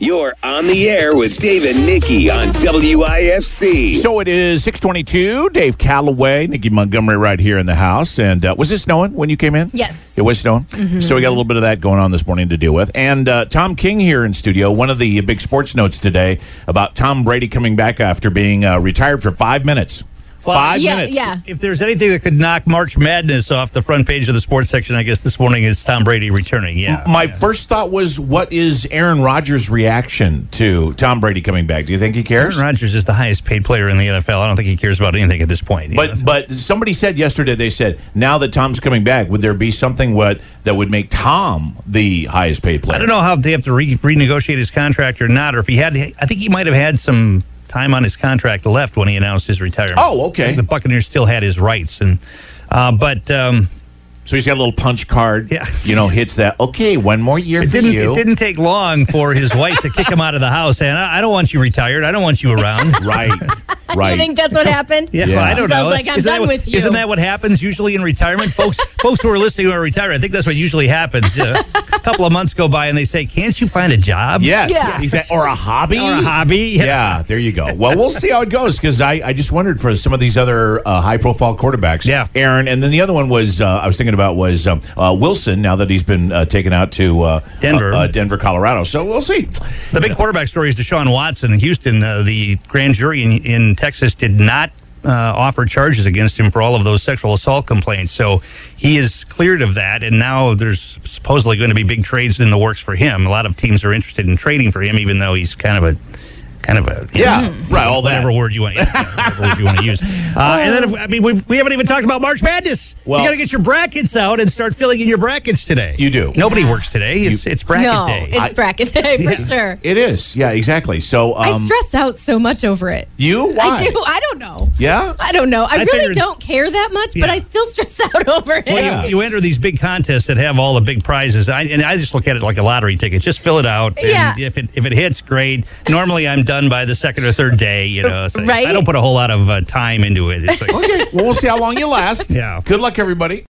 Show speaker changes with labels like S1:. S1: You're on the air with Dave and Nikki on WIFC.
S2: So it is 622. Dave Calloway, Nikki Montgomery right here in the house. And uh, was it snowing when you came in?
S3: Yes. Mm-hmm.
S2: It was snowing. So we got a little bit of that going on this morning to deal with. And uh, Tom King here in studio. One of the big sports notes today about Tom Brady coming back after being uh, retired for five minutes. five
S3: yeah,
S2: minutes.
S3: yeah.
S4: If there's anything that could knock March Madness off the front page of the sports section, I guess this morning is Tom Brady returning. Yeah.
S2: My first thought was, what is Aaron Rodgers' reaction to Tom Brady coming back? Do you think he cares?
S4: Aaron Rodgers is the highest paid player in the NFL. I don't think he cares about anything at this point. you know?
S2: But but somebody said yesterday they said now that Tom's coming back, would there be something what that would make Tom the highest paid player?
S4: I don't know how they have to re- renegotiate his contract or not, or if he had. I think he might have had some time on his contract left when he announced his retirement.
S2: Oh, okay.
S4: I think The Buccaneers still had his rights, and uh, but um,
S2: So he's got a little punch card.
S4: Yeah.
S2: You know, hits that. Okay, one more year
S4: it
S2: for
S4: didn't.
S2: you.
S4: It didn't take long for his wife to kick him out of the house, and I, I don't want you retired. I don't want you around.
S2: Right. Right.
S3: You think that's what happened?
S4: Yeah,
S2: Yeah.
S4: I don't
S3: Sounds
S4: know.
S3: like I'm
S4: Isn't that
S3: done
S4: what-
S3: with you.
S4: Isn't that what happens usually in retirement, folks? folks who are listening who are retired, I think that's what usually happens. Uh, a couple of months go by and they say, "Can't you find a job?
S2: yes.
S3: Yeah.
S2: Exactly. Or a hobby.
S4: or a hobby?"
S2: Yeah, there you go. Well, we'll see how it goes because I, I just wondered for some of these other uh, high profile quarterbacks.
S4: Yeah.
S2: Aaron. And then the other one was, uh, I was thinking about was um, uh, Wilson now that he's been uh, taken out to uh,
S4: Denver.
S2: uh, uh, Denver, Colorado. So we'll see.
S4: The big quarterback story is Deshaun Watson in Houston. Uh, the grand jury in, in Texas did not uh, offer charges against him for all of those sexual assault complaints. So he is cleared of that. And now there's supposedly going to be big trades in the works for him. A lot of teams are interested in trading for him, even though he's kind of a kind of a
S2: Yeah.
S4: Mm-hmm.
S2: Right. All that. Um,
S4: whatever word you want to use. whatever word you want to use. Uh, and then, if, I mean, we've, we haven't even talked about March Madness.
S2: Well-
S4: you got to get your brackets out and start filling in your brackets today.
S2: You do.
S4: Nobody works today. It's, it's bracket
S3: no,
S4: day.
S3: it's bracket day for sure.
S2: It is. Yeah, exactly. So um,
S3: I stress out so much over it.
S2: you why?
S3: I do. I don't know.
S2: Yeah?
S3: I don't know. I,
S4: I
S3: really
S4: figured-
S3: don't care that much, but
S4: Yeah.
S3: I still stress out over it.
S2: yeah.
S4: You enter these big contests that have all the big prizes, I, and I just look at it like a lottery ticket. Just fill it out, and
S3: Yeah.
S4: if it if it hits, great. Normally, I'm done by the second or third day. You know, so
S3: Right.
S4: I don't put a whole lot of uh, time into it. It's like,
S2: Okay. Well, we'll see how long you last.
S4: Yeah.
S2: Good luck, everybody.